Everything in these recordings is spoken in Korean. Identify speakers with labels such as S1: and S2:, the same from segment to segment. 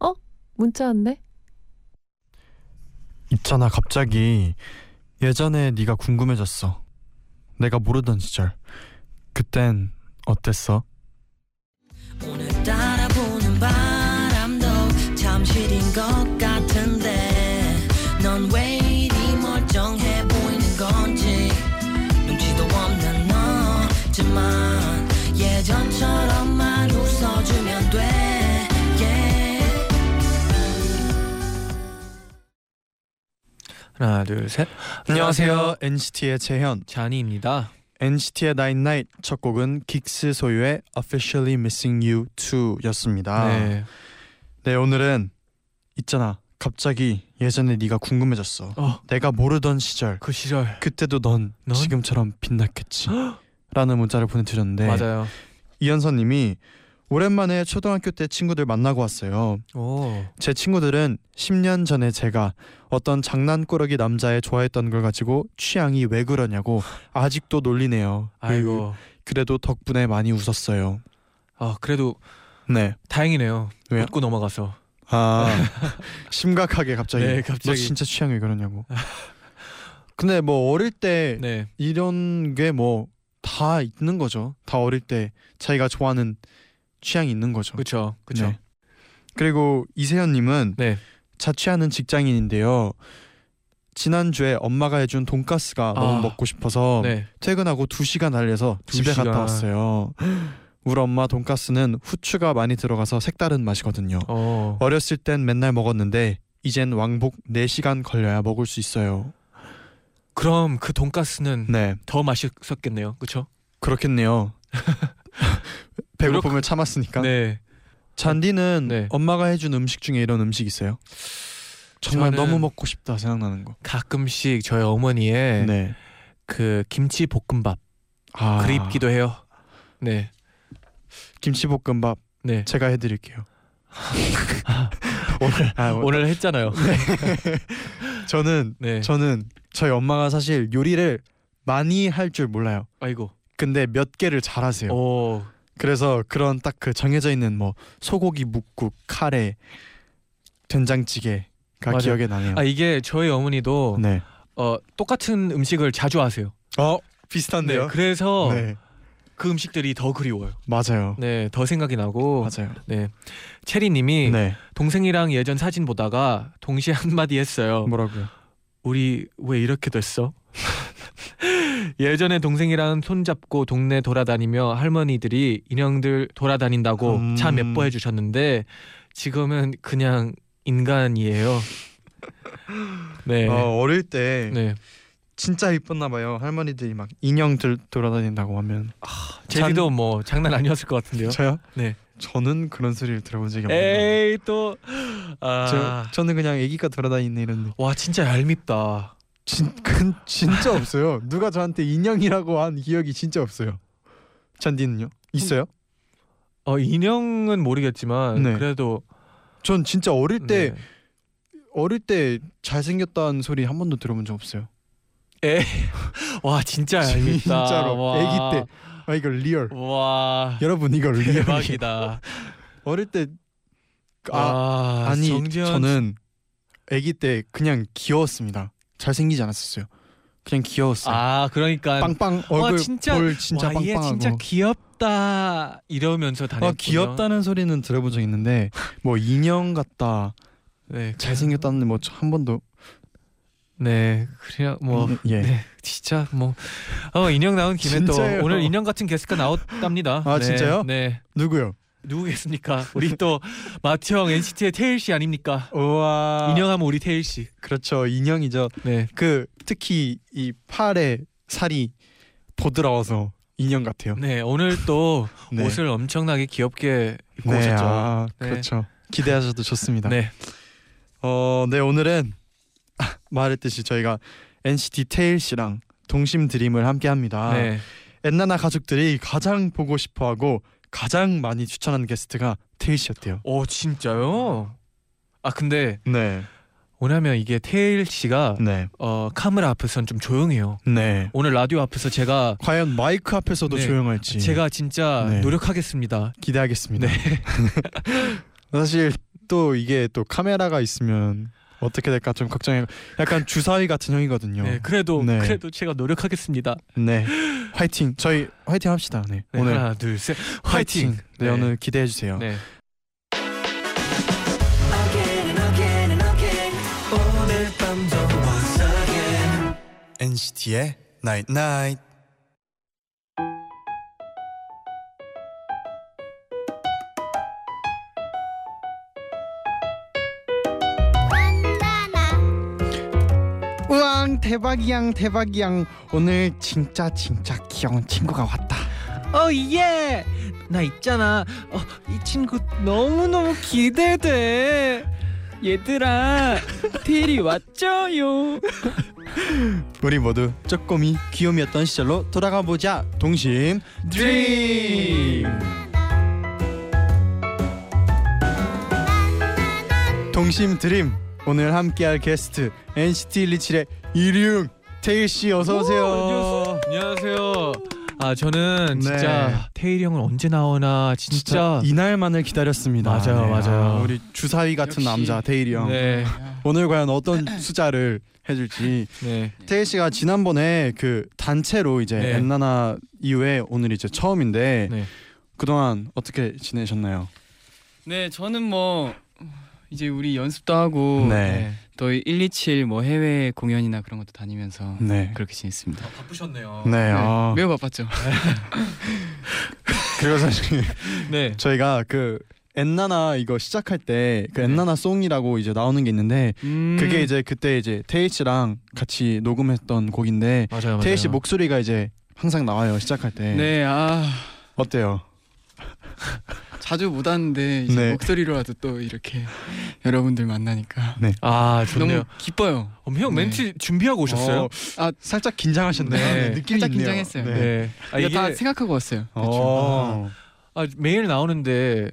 S1: 어? 문자 왔네.
S2: 있잖아 갑자기 예전에 네가 궁금해졌어 내가 모르던 시절 그땐 어땠어?
S3: 오늘따라 부는 바람도 참 시린 것 같은데 넌 왜 이리 멀쩡해 보이는 건지 눈치도 없는 너지만 예전처럼만 웃어주면 돼 yeah.
S4: 하나, 둘, 셋.
S2: NCT의 재현
S4: 자니입니다.
S2: NCT의 Night Night 첫 곡은 긱스 소유의 Officially Missing You 2였습니다 네.
S4: 네.
S2: 오늘은 있잖아 갑자기 예전에 네가 궁금해졌어
S4: 어,
S2: 내가 모르던 시절
S4: 그 시절.
S2: 그때도 넌,
S4: 넌?
S2: 지금처럼 빛났겠지 라는 문자를 보내드렸는데
S4: 맞아요.
S2: 이현서님이 오랜만에 초등학교 때 친구들 만나고 왔어요
S4: 오.
S2: 제 친구들은 10년 전에 제가 어떤 장난꾸러기 남자애 좋아했던 걸 가지고 취향이 왜 그러냐고 아직도 놀리네요.
S4: 아이고.
S2: 그래도 덕분에 많이 웃었어요.
S4: 아, 그래도
S2: 네.
S4: 다행이네요.
S2: 왜요?
S4: 웃고 넘어가서.
S2: 아 심각하게 갑자기.
S4: 네, 갑자기.
S2: 너 진짜 취향 왜 그러냐고. 근데 뭐 어릴 때
S4: 네.
S2: 이런 게 뭐 다 있는 거죠. 다 어릴 때 자기가 좋아하는 취향이 있는 거죠.
S4: 그렇죠. 그렇죠.
S2: 네. 그리고 이세현님은
S4: 네.
S2: 자취하는 직장인인데요. 지난주에 엄마가 해준 돈가스가
S4: 아.
S2: 너무 먹고 싶어서
S4: 네.
S2: 퇴근하고 2시간 달려서
S4: 두
S2: 집에
S4: 시간.
S2: 갔다 왔어요. 우리 엄마 돈가스는 후추가 많이 들어가서 색다른 맛이거든요.
S4: 어.
S2: 어렸을 땐 맨날 먹었는데 이젠 왕복 4시간 걸려야 먹을 수 있어요.
S4: 그럼 그 돈가스는
S2: 네,
S4: 더 맛있었겠네요. 그렇죠?
S2: 그렇겠네요. 배고픔을 참았으니까.
S4: 네.
S2: 잔디는
S4: 네.
S2: 엄마가 해준 음식 중에 이런 음식 있어요? 정말
S4: 저는
S2: 너무 먹고 싶다 생각나는 거.
S4: 가끔씩 저희 어머니의
S2: 네.
S4: 그 김치 볶음밥
S2: 아,
S4: 그립기도 해요. 네.
S2: 김치볶음밥
S4: 네.
S2: 제가 해드릴게요. 뭐,
S4: 아, 오늘 했잖아요.
S2: 저는
S4: 네.
S2: 저는 저희 엄마가 사실 요리를 많이 할 줄 몰라요.
S4: 아이고.
S2: 근데 몇 개를
S4: 예.
S2: 잘하세요.
S4: 오.
S2: 그래서 그런 딱 그 정해져 있는 뭐 소고기 묵국, 카레, 된장찌개가
S4: 맞아요.
S2: 기억에 나네요.
S4: 아 이게 저희 어머니도
S2: 네.
S4: 어, 똑같은 음식을 자주 하세요.
S2: 어 비슷한데요.
S4: 그래서
S2: 네,
S4: 그 음식들이 더 그리워요.
S2: 맞아요.
S4: 네, 더 생각이 나고.
S2: 맞아요.
S4: 네. 체리님이
S2: 네.
S4: 동생이랑 예전 사진 보다가 동시에 한마디 했어요.
S2: 뭐라고요?
S4: 우리 왜 이렇게 됐어? 예전에 동생이랑 손잡고 동네 돌아다니며 할머니들이 인형들 돌아다닌다고
S2: 음.
S4: 참 예뻐해 주셨는데 지금은 그냥 인간이에요. 네.
S2: 어, 어릴 때
S4: 네.
S2: 진짜 이뻤나 봐요. 할머니들이 막 인형들 돌아다닌다고 하면
S4: 제디도 뭐 장난 아니었을 것 같은데요.
S2: 저요?
S4: 네.
S2: 저는 그런 소리를 들어본 적이 없어요.
S4: 에이 또 아.
S2: 저 저는 그냥 아기가 돌아다니는 이런 느낌.
S4: 와 진짜 얄밉다.
S2: 진, 근, 진짜 없어요. 누가 저한테 인형이라고 한 기억이 진짜 없어요. 잔디는요? 있어요?
S4: 어 인형은 모르겠지만
S2: 네.
S4: 그래도
S2: 전 진짜 어릴 때
S4: 네.
S2: 어릴 때 잘생겼다는 소리 한 번도 들어본 적 없어요.
S4: 와 진짜 얄밉다.
S2: 진짜로.
S4: 아, 와.
S2: 애기 아 이거 리얼.
S4: 와
S2: 여러분 이거 리얼.
S4: 대박이다.
S2: 어릴 때 아,
S4: 아,
S2: 아니
S4: 정재현
S2: 저는 아기 때 그냥 귀여웠습니다. 잘생기지 않았었어요. 그냥
S4: 씨.
S2: 귀여웠어요.
S4: 아 그러니까
S2: 빵빵 얼굴
S4: 진짜-
S2: 볼 진짜
S4: 와,
S2: 빵빵하고.
S4: 얘 진짜 귀엽다 이러면서 다녔군요.
S2: 아 귀엽다는 소리는 들어본 적 있는데 뭐 인형 같다
S4: 네 그냥-
S2: 잘생겼다는 뭐 한 번도
S4: 네 그냥 뭐
S2: 음, 예.
S4: 네, 진짜 뭐 어, 인형 나온 김에
S2: 진짜예요.
S4: 또 오늘 인형 같은 게스트가 나왔답니다.
S2: 아,
S4: 네,
S2: 진짜요?
S4: 네.
S2: 누구요?
S4: 누구겠습니까? 우리 또 마트 형 NCT의 테일 씨 아닙니까?
S2: 우와
S4: 인형하면 우리 테일 씨.
S2: 그렇죠 인형이죠
S4: 네.
S2: 그 특히 이 팔에 살이 부드러워서 인형 같아요
S4: 네 오늘 또
S2: 네.
S4: 옷을 엄청나게 귀엽게 입고
S2: 네,
S4: 오셨죠.
S2: 아,
S4: 네.
S2: 그렇죠 기대하셔도 좋습니다.
S4: 네.
S2: 어, 네 오늘은 아, 말했듯이 저희가 NCT 테일 씨랑 동심 드림을 함께합니다.
S4: 네.
S2: 엔나나 가족들이 가장 보고 싶어하고 가장 많이 추천한 게스트가 테일 씨였대요.
S4: 어 진짜요? 아 근데
S2: 네,
S4: 왜냐면 이게 테일 씨가
S2: 네,
S4: 어 카메라 앞에서는 좀 조용해요.
S2: 네.
S4: 오늘 라디오 앞에서 제가
S2: 과연 마이크 앞에서도
S4: 네.
S2: 조용할지
S4: 제가 네. 진짜
S2: 네.
S4: 노력하겠습니다.
S2: 기대하겠습니다. 사실 또 이게 또 카메라가 있으면 어떻게 될까 좀 걱정해. 약간 주사위 같은 형이거든요.
S4: 네,
S2: 네,
S4: 그래도
S2: 네.
S4: 그래도 제가 노력하겠습니다.
S2: 화이팅. 저희 화이팅 합시다. 네,
S4: 네,
S2: 오늘
S4: 하나 둘 셋,
S2: 화이팅.
S4: 화이팅.
S2: 네, 오늘 기대해 주세요.
S4: 네.
S3: Again and again and again 오늘 밤도 once again
S5: NCT의 Night Night.
S2: 우왕 대박이양 대박이양 오늘 진짜 진짜 귀여운 친구가 왔다.
S4: 어 예. 나 있잖아. 어, 이 친구 너무 너무 기대돼. 얘들아, 테일이 왔죠요.
S2: 우리 모두 쪼꼬미 귀요미였던 시절로 돌아가 보자. 동심 드림. 동심 드림 오늘 함께할 게스트 NCT 127의 이리웅 태일 씨 어서 오세요.
S4: 안녕하세요. 아 저는
S2: 네.
S4: 진짜 테일이 형은 언제 나오나 진짜.
S2: 이날만을 기다렸습니다. 네,
S4: 맞아요, 맞아요.
S2: 우리 주사위 같은
S6: 역시.
S2: 남자 태일이 형.
S4: 네.
S2: 오늘 과연 어떤 숫자를 해줄지
S4: 네.
S2: 태일 씨가 지난번에 그 단체로 이제
S4: 네.
S2: 엔나나 이후에 오늘 이제 처음인데
S4: 네.
S2: 그동안 어떻게 지내셨나요?
S6: 네, 저는 뭐 이제 우리 연습도 하고
S2: 네.
S6: 또 127 뭐 해외 공연이나 그런 것도 다니면서
S2: 네.
S6: 그렇게 지냈습니다.
S4: 바쁘셨네요.
S2: 네.
S6: 네,
S2: 아,
S6: 매우 바빴죠.
S2: 그리고 사실
S4: 네.
S2: 저희가 그 엔나나 이거 시작할 때 그 엔나나 송이라고 이제 나오는 게 있는데
S6: 음,
S2: 그게 이제 그때 이제 태일 씨랑 같이 녹음했던 곡인데
S4: 맞아요. 맞아요.
S2: 태일 씨 목소리가 이제 항상 나와요 시작할 때
S6: 네, 아
S2: 어때요?
S6: 자주 못 왔는데 이제
S2: 네.
S6: 목소리로라도 또 이렇게 여러분들 만나니까
S4: 아 좋네요.
S6: 너무 기뻐요.
S4: 그럼 형
S6: 네.
S4: 멘트 준비하고 오셨어요?
S2: 어,
S6: 아,
S2: 살짝 긴장하셨네요.
S4: 네.
S2: 네, 느낌이
S6: 살짝
S2: 있네요.
S6: 긴장했어요.
S2: 네.
S4: 네. 아,
S6: 이거
S4: 이게
S6: 다 생각하고 왔어요.
S2: 어.
S4: 아, 매일 나오는데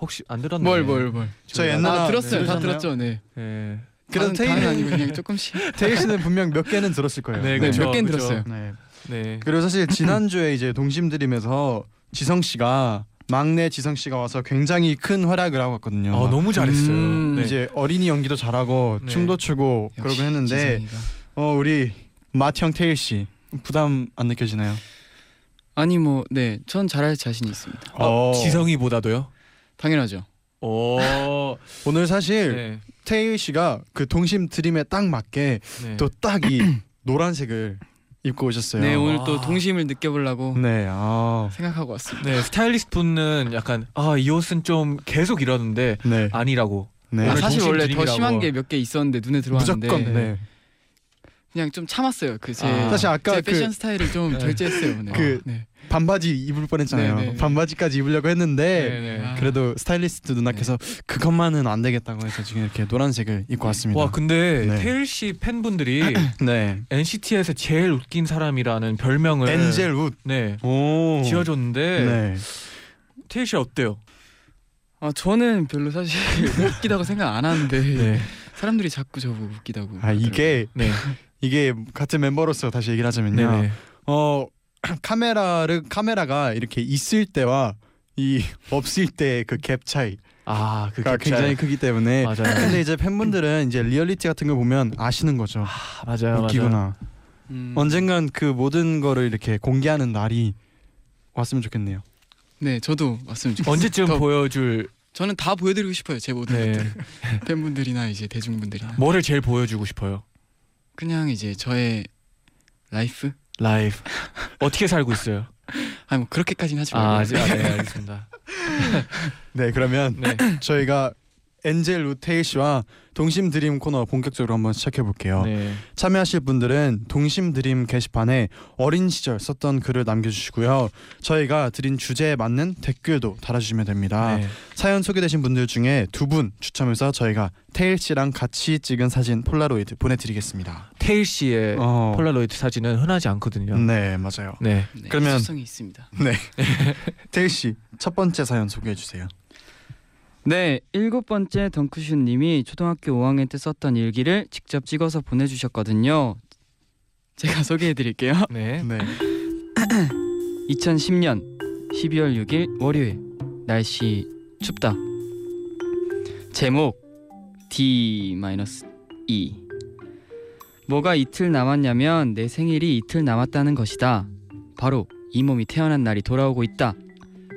S4: 혹시 안 들었나요?
S6: 뭘 뭘 뭘.
S2: 저 옛날
S6: 아, 들었어요. 다 들었죠. 네.
S4: 네.
S2: 그래서
S6: 그런
S2: 테일은-
S6: 테일은 아니고 그냥 조금씩.
S2: 태일 씨는 분명 몇 개는 들었을 거예요.
S4: 네,
S6: 네,
S4: 그쵸,
S6: 몇 개는
S4: 그쵸.
S6: 들었어요.
S2: 네.
S4: 네.
S2: 그리고 사실 지난주에 이제 동심드림에서 지성 씨가 막내 지성 씨가 와서 굉장히 큰 활약을 하고 왔거든요.
S4: 아, 너무 잘했어요.
S6: 음,
S4: 네.
S2: 이제 어린이 연기도 잘하고
S4: 네.
S2: 춤도 추고
S6: 역시
S2: 그러고 했는데
S6: 지성이가.
S2: 어 우리 마티형 태일 씨 부담 안 느껴지나요?
S6: 아니 뭐 네, 전 잘할 자신이 있습니다.
S4: 아,
S2: 어.
S4: 지성이보다도요?
S6: 당연하죠.
S4: 오.
S2: 오늘 사실
S4: 네.
S2: 태일 씨가 그 동심 드림에 딱 맞게
S4: 네.
S2: 또 딱 이 노란색을 입고 오셨어요.
S6: 네 오늘 또
S4: 아.
S6: 동심을 느껴보려고
S2: 네, 아,
S6: 생각하고 왔습니다.
S4: 네, 스타일리스트 분은 약간 아, 이 옷은 좀 계속 이러는데
S2: 네,
S4: 아니라고.
S2: 네,
S6: 아, 사실
S4: 동심
S6: 원래
S4: 드림이라고.
S6: 더 심한 게 몇 개 있었는데 눈에 들어왔는데
S2: 무조건 네.
S6: 그냥 좀 참았어요. 그제
S4: 아.
S2: 사실 아까
S6: 제
S2: 그-
S6: 패션 스타일을 좀
S4: 네.
S6: 절제했어요 오늘.
S2: 그-
S6: 네.
S2: 반바지 입을 뻔했잖아요.
S6: 네, 네.
S2: 반바지까지 입으려고 했는데
S4: 네, 네.
S6: 아.
S2: 그래도 스타일리스트 누나께서 그것만은 안 되겠다고 해서 지금 이렇게 노란색을 입고 왔습니다.
S4: 와, 그- 근데
S2: 네.
S4: 테일 씨 팬분들이
S2: 네.
S4: NCT에서 제일 웃긴 사람이라는 별명을
S2: 엔젤 우.
S4: 네.
S2: 오.
S4: 지어줬는데
S2: 네.
S4: 테일 씨 어때요?
S6: 아 저는 별로 사실 웃기다고 생각 안 하는데
S4: 네.
S6: 사람들이 자꾸 저보고 웃기다고.
S2: 아 이게
S4: 네.
S2: 이게 같은 멤버로서 다시 얘기를
S4: 네.
S2: 하자면요.
S4: 네.
S2: 어 카메라를 카메라가 이렇게 있을 때와 이 없을 때의 그 갭 차이가
S4: 아, 그게
S2: 그러니까 굉장히 크기 때문에
S4: 맞아요. 네.
S2: 근데 이제 팬분들은 이제 리얼리티 같은 걸 보면 아시는 거죠.
S4: 아, 맞아요. 맞아요.
S2: 웃기구나.
S6: 음,
S2: 언젠간 그 모든 거를 이렇게 공개하는 날이 왔으면 좋겠네요.
S6: 네 저도 왔으면 좋겠어요.
S4: 언제쯤
S6: 더-
S4: 보여줄
S6: 저는 다 보여드리고 싶어요 제 모든
S4: 네.
S6: 것들 팬분들이나 이제 대중분들이나
S4: 뭐를 제일 보여주고 싶어요?
S6: 그냥 이제 저의 라이프
S4: 라이브 어떻게 살고 있어요? 네,
S6: 아니 뭐 그렇게까지는 하지 말고
S4: 아, 아직 아, 네, 알겠습니다.
S2: 네, 그러면
S4: 네.
S2: 저희가 엔젤 루테이 씨와 동심 드림 코너 본격적으로 한번 시작해 볼게요.
S4: 네.
S2: 참여하실 분들은 동심 드림 게시판에 어린 시절 썼던 글을 남겨주시고요. 저희가 드린 주제에 맞는 댓글도 달아주시면 됩니다.
S4: 네.
S2: 사연 소개되신 분들 중에 두 분 추첨해서 저희가 테일 씨랑 같이 찍은 사진 폴라로이드 보내드리겠습니다.
S4: 테일 씨의
S2: 어,
S4: 네. 폴라로이드 사진은 흔하지 않거든요.
S2: 네 맞아요.
S4: 네.
S7: 네,
S2: 그러면-
S7: 특성이 있습니다.
S2: 테일 씨 첫 번째 사연 소개해 주세요.
S7: 네, 일곱 번째 덩크슛 님이 초등학교 5학년 때 썼던 일기를 직접 찍어서 보내 주셨거든요. 제가 소개해 드릴게요.
S4: 네.
S2: 네.
S7: 2010년 12월 6일 월요일 날씨 춥다 제목 D-E 뭐가 이틀 남았냐면 내 생일이 이틀 남았다는 것이다 바로 이 몸이 태어난 날이 돌아오고 있다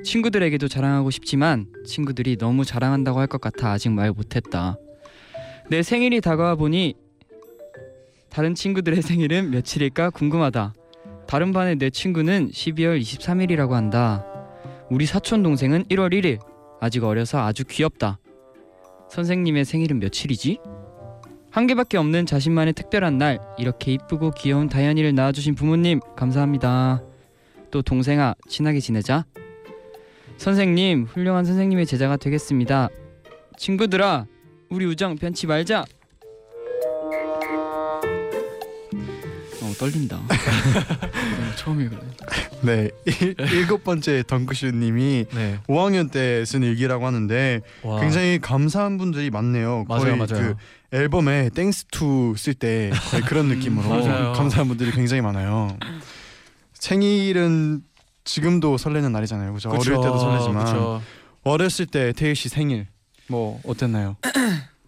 S7: 친구들에게도 자랑하고 싶지만 친구들이 너무 자랑한다고 할 것 같아 아직 말 못했다 내 생일이 다가와 보니 다른 친구들의 생일은 며칠일까 궁금하다 다른 반의 내 친구는 12월 23일이라고 한다. 우리 사촌 동생은 1월 1일. 아직 어려서 아주 귀엽다. 선생님의 생일은 며칠이지? 한 개밖에 없는 자신만의 특별한 날 이렇게 이쁘고 귀여운 다현이를 낳아주신 부모님 감사합니다. 또 동생아 친하게 지내자. 선생님 훌륭한 선생님의 제자가 되겠습니다. 친구들아 우리 우정 변치 말자. 어 떨린다. 이런 거 처음 읽어요.
S2: 네. 일- 일곱 번째 덩크슛님이
S4: 네.
S2: 5학년 때 쓴 일기라고 하는데
S4: 와.
S2: 굉장히 감사한 분들이 많네요.
S4: 아. 맞아요,
S2: 거의
S4: 맞아요.
S2: 그 앨범에 땡스 투 쓸 때 거의 그런 느낌으로
S4: 맞아요.
S2: 감사한 분들이 굉장히 많아요. 생일은 지금도 설레는 날이잖아요. 그죠? 어릴 때도 설레지만
S4: 그쵸.
S2: 어렸을 때 태일 씨 생일 뭐 어땠나요?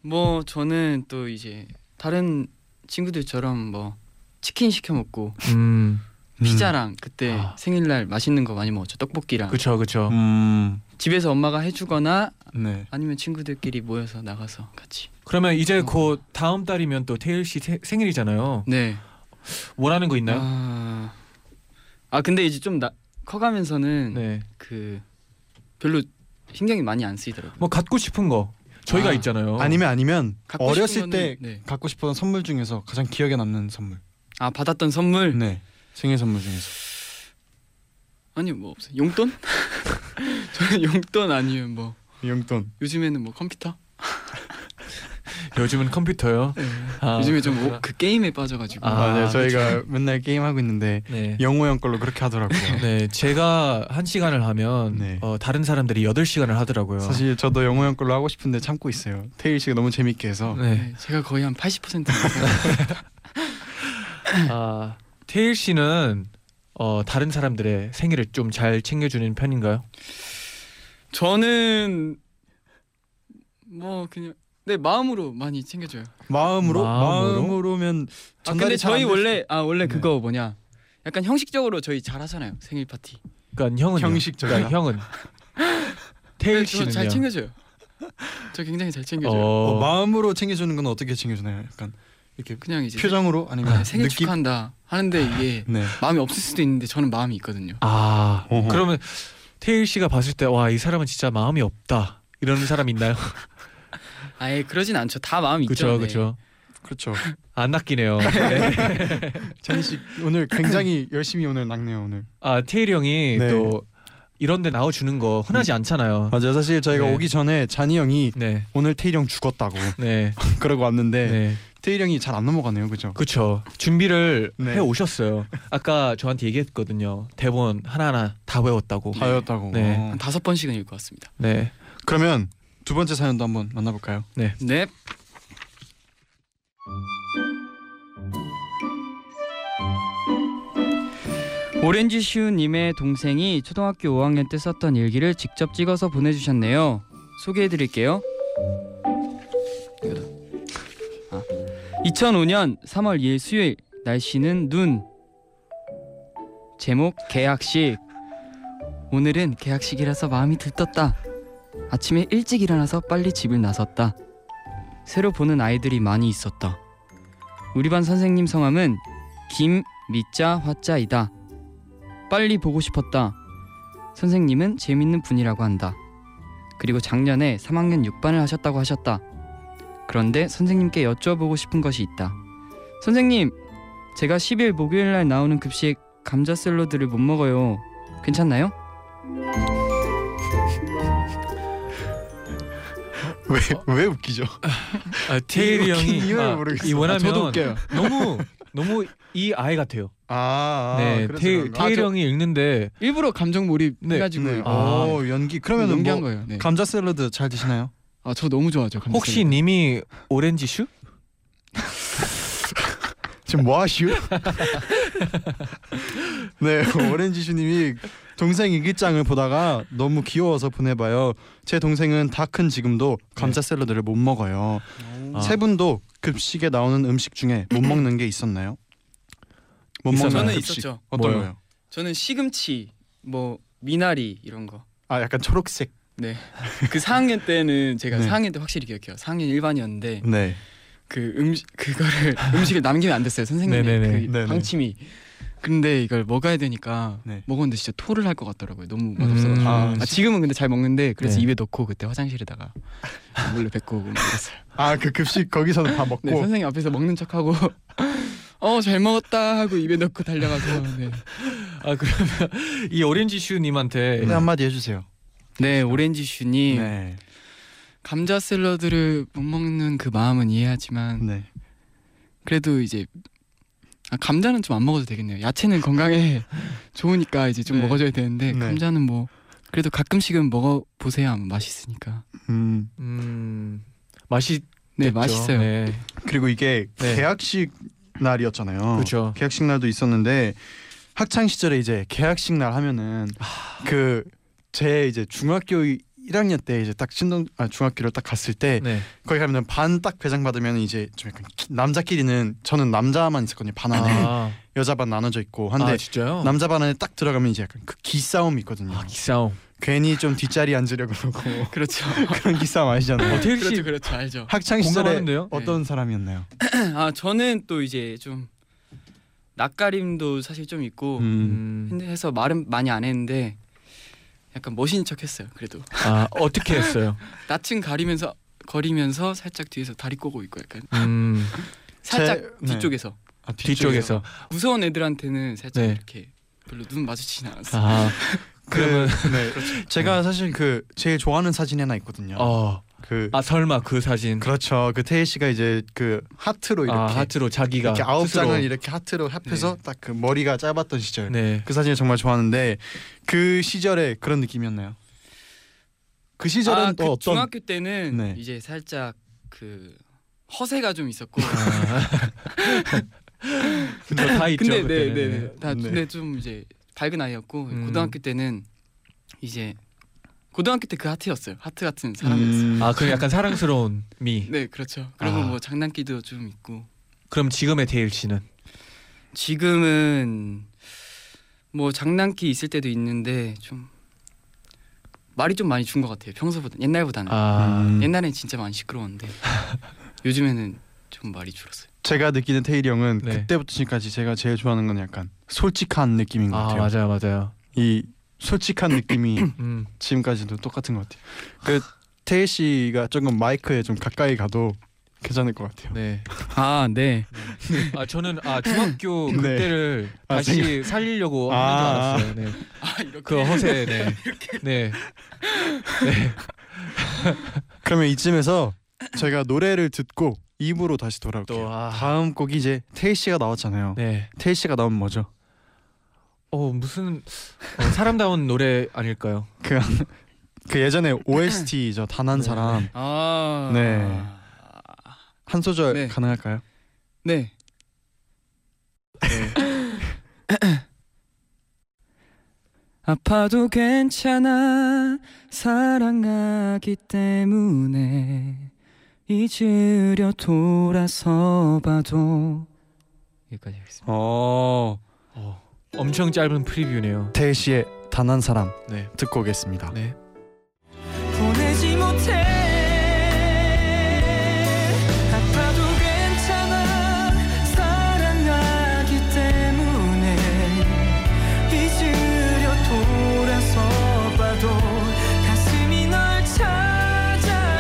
S7: 뭐 저는 또 이제 다른 친구들처럼 뭐 치킨 시켜 먹고
S4: 음.
S7: 피자랑 그때
S4: 아.
S7: 생일날 맛있는 거 많이 먹었죠 떡볶이랑
S4: 그쵸 그쵸.
S2: 음.
S7: 집에서 엄마가 해주거나
S2: 네.
S7: 아니면 친구들끼리 모여서 나가서 같이
S4: 그러면 이제
S7: 어.
S4: 곧 다음 달이면 또 테일 씨 세- 생일이잖아요.
S7: 네
S4: 원하는 거 있나요?
S7: 아, 아 근데 이제 좀 나,
S2: 음.
S7: 커가면서는
S4: 네.
S7: 그 별로 신경이 많이 안 쓰이더라고요
S4: 뭐 갖고 싶은 거 저희가
S7: 아.
S4: 있잖아요.
S2: 아니면 아니면
S7: 갖고 싶은
S2: 어렸을
S7: 거는-
S2: 때
S7: 네.
S2: 갖고 싶었던 선물 중에서 가장 기억에 남는 선물.
S7: 아 받았던
S4: 음.
S7: 선물
S2: 네. 생일 선물 중에서.
S7: 아니 뭐 없어요 용돈? 저는 용돈 아니면 뭐
S2: 용돈.
S7: 요즘에는 뭐 컴퓨터?
S4: 요즘은 컴퓨터요. 아,
S7: 요즘에 좀
S4: 그렇구나.
S7: 그 게임에 빠져가지고
S4: 아,
S2: 네. 아, 네. 저희가 맨날 게임 하고 있는데
S4: 네.
S2: 영호 형 걸로 그렇게 하더라고요.
S4: 네, 제가 한 시간을 하면
S2: 네.
S4: 어, 다른 사람들이 여덟 시간을 하더라고요.
S2: 사실 저도 영호 형 걸로 하고 싶은데 참고 있어요. 태일 씨가 너무 재밌게 해서.
S4: 네.
S7: 네, 제가 거의 한 80%
S4: 아, 태일 씨는 어, 다른 사람들의 생일을 좀 잘 챙겨주는 편인가요?
S7: 저는 뭐 그냥 내 마음으로 많이 챙겨줘요.
S2: 마음으로
S4: 마음으로?
S2: 마음으로? 면
S7: 아
S2: 전달이
S7: 근데
S2: 잘안
S7: 저희
S2: 될
S7: 원래 아 원래
S2: 네.
S7: 그거 뭐냐? 약간 형식적으로 저희 잘 하잖아요 생일 파티.
S4: 그러니까 형은
S2: 형식적이다.
S4: 그러니까 형은
S7: 근데
S4: 태일
S7: 저는
S4: 씨는요.
S7: 잘 챙겨줘요. 저 굉장히 잘 챙겨줘요.
S4: 어,
S2: 어, 마음으로 챙겨주는 건 어떻게 챙겨주나요? 약간 이렇게
S7: 그냥 이제
S2: 표정으로 아니면
S7: 생- 생일
S2: 느낌?
S7: 축하한다 하는데 이게
S2: 네.
S7: 마음이 없을 수도 있는데 저는 마음이 있거든요.
S4: 아,
S2: 어허.
S4: 그러면 태일 씨가 봤을 때 와 이 사람은 진짜 마음이 없다 이런 사람 있나요?
S7: 아예 그러진 않죠. 다 마음이
S4: 그렇죠,
S7: 있죠. 네.
S4: 그렇죠.
S2: 그렇죠.
S4: 안 낚이네요. 네.
S2: 찬희 씨 오늘 굉장히 열심히 오늘 낚네요 오늘.
S4: 아 태일 형이
S2: 네.
S4: 또 이런데 나와주는 거 흔하지 않잖아요.
S2: 맞아요. 사실 저희가
S4: 네.
S2: 오기 전에 잔이 형이
S4: 네,
S2: 오늘 태일 형 죽었다고
S4: 네,
S2: 그러고 왔는데
S4: 네.
S2: 태일 형이 잘 안 넘어가네요, 그죠?
S4: 그렇죠. 준비를
S2: 네.
S4: 해 오셨어요. 아까 저한테 얘기했거든요. 대본 하나 하나 다 외웠다고.
S2: 다였다고.
S4: 네.
S7: 한 다섯 번씩은 읽을 것 같습니다.
S4: 네,
S2: 그러면 두 번째 사연도 한번 만나볼까요?
S7: 네. 오렌지 슈님의 동생이 초등학교 5학년 때 썼던 일기를 직접 찍어서 보내주셨네요. 소개해드릴게요. 이거다. 아. 2005년 3월 2일 수요일 날씨는 눈. 제목 계약식. 오늘은 계약식이라서 마음이 들떴다. 아침에 일찍 일어나서 빨리 집을 나섰다. 새로 보는 아이들이 많이 있었다. 우리 반 선생님 성함은 김, 미자, 화자이다. 빨리 보고 싶었다. 선생님은 재밌는 분이라고 한다. 그리고 작년에 3학년 6반을 하셨다고 하셨다. 그런데 선생님께 여쭤보고 싶은 것이 있다. 선생님, 제가 10일 목요일 날 나오는 급식 감자 샐러드를 못 먹어요. 괜찮나요?
S2: 왜, 왜 웃기죠?
S4: 아, 테일이 형이
S2: 이유를
S4: 아,
S2: 모르겠어요.
S4: 이
S2: 아, 저도
S4: 원하면
S2: 웃겨요.
S4: 너무 너무 이 아이 같아요.
S2: 아, 아
S4: 네,
S2: 그래서
S4: 테일
S2: 그런가?
S4: 테일
S6: 아, 저-
S4: 형이 읽는데
S6: 일부러 감정 몰입
S4: 네.
S6: 해가지고
S2: 네.
S4: 아.
S2: 오 연기 그러면은
S6: 연기한
S2: 뭐
S6: 거예요. 네.
S2: 감자 샐러드 잘 드시나요?
S6: 아 저 너무 좋아하죠. 감정
S4: 혹시
S6: 몰입.
S4: 님이 오렌지 슈?
S2: 지금 뭐 하시오? 네, 오렌지슈님이 동생 일기장을 보다가 너무 귀여워서 보내봐요. 제 동생은 다 큰 지금도 감자 샐러드를 못 먹어요.
S4: 아.
S2: 세 분도 급식에 나오는 음식 중에 못 먹는 게 있었나요? 못
S4: 있었나요?
S2: 먹는
S4: 저는
S2: 음식
S6: 있었죠.
S2: 어떤
S4: 뭐요?
S2: 거요?
S6: 저는 시금치
S7: 뭐 미나리 이런 거.
S2: 아, 약간 초록색.
S6: 그 4학년 때는 제가
S2: 네.
S6: 4학년 때 확실히 기억해요. 4학년 1반이었는데
S2: 네.
S6: 그 음식 그거를 음식을 남기면 안 됐어요
S4: 네네네.
S6: 선생님의 그
S2: 네네.
S6: 방침이. 근데 이걸 먹어야 되니까
S2: 네.
S6: 먹었는데 진짜 토를 할 것 같더라고요. 너무 맛없어가지고.
S2: 아,
S6: 아, 지금은 근데 잘 먹는데 그래서
S4: 네.
S6: 입에 넣고 그때 화장실에다가 몰래 뱉고 먹었어요.
S2: 아, 그 급식 거기서는 다 먹고.
S6: 네 선생님 앞에서 먹는 척하고 어 잘 먹었다 하고 입에 넣고 달려가서 네.
S4: 아 그러면 이 오렌지 슈 님한테
S2: 네, 한마디 해주세요.
S6: 네 오렌지 슈님
S2: 네.
S6: 감자 샐러드를 못 먹는 그 마음은 이해하지만
S2: 네.
S6: 그래도 이제 아, 감자는 좀 안 먹어도 되겠네요. 야채는 건강에 좋으니까 이제 좀
S2: 네.
S6: 먹어줘야 되는데
S2: 네.
S6: 감자는 뭐 그래도 가끔씩은 먹어 보세요. 맛있으니까.
S2: 음.
S4: 음 맛이
S6: 네
S4: 됐죠.
S6: 맛있어요.
S4: 네.
S2: 그리고 이게
S4: 네.
S2: 계약식 날이었잖아요.
S4: 그렇죠.
S2: 계약식 날도 있었는데 학창 시절에 이제 계약식 날 하면은
S4: 아.
S2: 그 제 이제 중학교 1학년 때 이제 딱 신동 아 중학교를 딱 갔을 때
S4: 네.
S2: 거기 가면 반 딱 배정 받으면 이제 좀 약간 키- 남자끼리는 저는 남자만 있었거든요 반 안에
S4: 아,
S2: 여자 반 나눠져 있고
S4: 아,
S2: 한데
S4: 진짜요?
S2: 남자 반 안에 딱 들어가면 이제 약간 그 기싸움이 있거든요
S4: 아, 기싸움.
S2: 괜히 좀 뒷자리 앉으려고 그러고
S6: 그렇죠.
S2: 그런 기싸움 아시잖아요
S4: 어, 테일 씨
S6: 그렇죠. 그렇죠. 알죠.
S2: 학창 시절에
S4: 공감하는데요? 네.
S2: 어떤 사람이었나요?
S7: 아 저는 또 이제 좀 낯가림도 사실 좀 있고
S2: 음.
S4: 음.
S7: 근데 해서 말은 많이 안 했는데 약간 멋있는 척했어요. 그래도
S4: 아, 어떻게 했어요?
S6: 낯은 가리면서 거리면서 살짝 뒤에서 다리 꼬고 있고 약간
S4: 음.
S6: 살짝
S2: 네.
S6: 뒤쪽에서
S2: 아,
S4: 뒤쪽에서.
S6: 무서운 애들한테는 살짝
S4: 네.
S6: 이렇게 별로 눈 마주치진 않았어요.
S4: 아.
S2: 그,
S4: 그러면
S2: 네. 제가 사실 그 제일 좋아하는 사진이 하나 있거든요.
S4: 그렇죠. 어.
S2: 그
S4: 아, 설마 그 사진.
S2: 그렇죠. 그 태희 씨가 이제 그 하트로 이렇게
S4: 아, 하트로 자기가
S2: 이렇게 아홉
S4: 스스로.
S2: 장을 이렇게 하트로 합해서 딱 그 머리가 짧았던 시절.
S4: 네.
S2: 그 사진을 정말 좋아하는데 그 시절에 그런 느낌이었나요? 그 시절은
S7: 아,
S2: 또
S7: 그
S2: 어떤
S7: 중학교 때는
S2: 네.
S7: 이제 살짝 그 허세가 좀 있었고
S4: 아. 근데 다 있죠.
S6: 근데
S4: 그때는.
S6: 네네네 다
S2: 네.
S6: 근데 좀 이제 밝은 아이였고
S4: 음.
S6: 고등학교 때는 이제 고등학교 때 그 하트였어요 하트 같은 사람이었어요
S2: 음,
S4: 아, 그 약간 사랑스러운 미.
S6: 네 그렇죠 그리고
S4: 아.
S6: 뭐 장난기도 좀 있고
S4: 그럼 지금의 데일 씨는
S7: 지금은 뭐 장난기 있을 때도 있는데 좀 말이 좀 많이 준 것 같아요. 평소보다 옛날보다는
S4: 아,
S2: 음.
S7: 옛날엔 진짜 많이 시끄러웠는데 요즘에는 좀 말이 줄었어요.
S2: 제가 느끼는 태일이 형은
S4: 네.
S2: 그때부터 지금까지 제가 제일 좋아하는 건 약간 솔직한 느낌인 것
S4: 아
S2: 같아요.
S4: 맞아요, 맞아요.
S2: 이 솔직한 느낌이
S4: 음.
S2: 지금까지도 똑같은 것 같아요. 그 태희 씨가 조금 마이크에 좀 가까이 가도 괜찮을 것 같아요.
S4: 네.
S6: 아네
S4: 아 저는 아 중학교
S2: 네.
S4: 그때를
S2: 아,
S4: 다시 살리려고
S2: 아,
S4: 하는 줄 알았어요. 네. 그 허세, 네. 네.
S2: 그러면 이쯤에서 저희가 노래를 듣고 2부로 다시 돌아올게요.
S4: 또, 아.
S2: 다음 곡이 이제 태희 씨가 나왔잖아요.
S4: 네.
S2: 태희 씨가 나온 뭐죠?
S4: 어 무슨 어, 사람다운 노래 아닐까요?
S2: 그, 그 예전에 OST죠. 단한
S4: 네.
S2: 사람
S6: 아
S2: 네. 한 소절
S6: 네.
S2: 가능할까요?
S6: 네. 아파도 괜찮아 사랑하기 때문에 잊으려 돌아서 봐도 여기까지 하겠습니다.
S2: 어
S4: 어, 엄청 짧은 프리뷰네요.
S2: 태희 씨의 단한 사람
S4: 네.
S2: 듣고 오겠습니다.
S4: 네.
S3: 보내지 못해 아파도 괜찮아 사랑하기 때문에 잊으려 돌아서 봐도 가슴이 널 찾아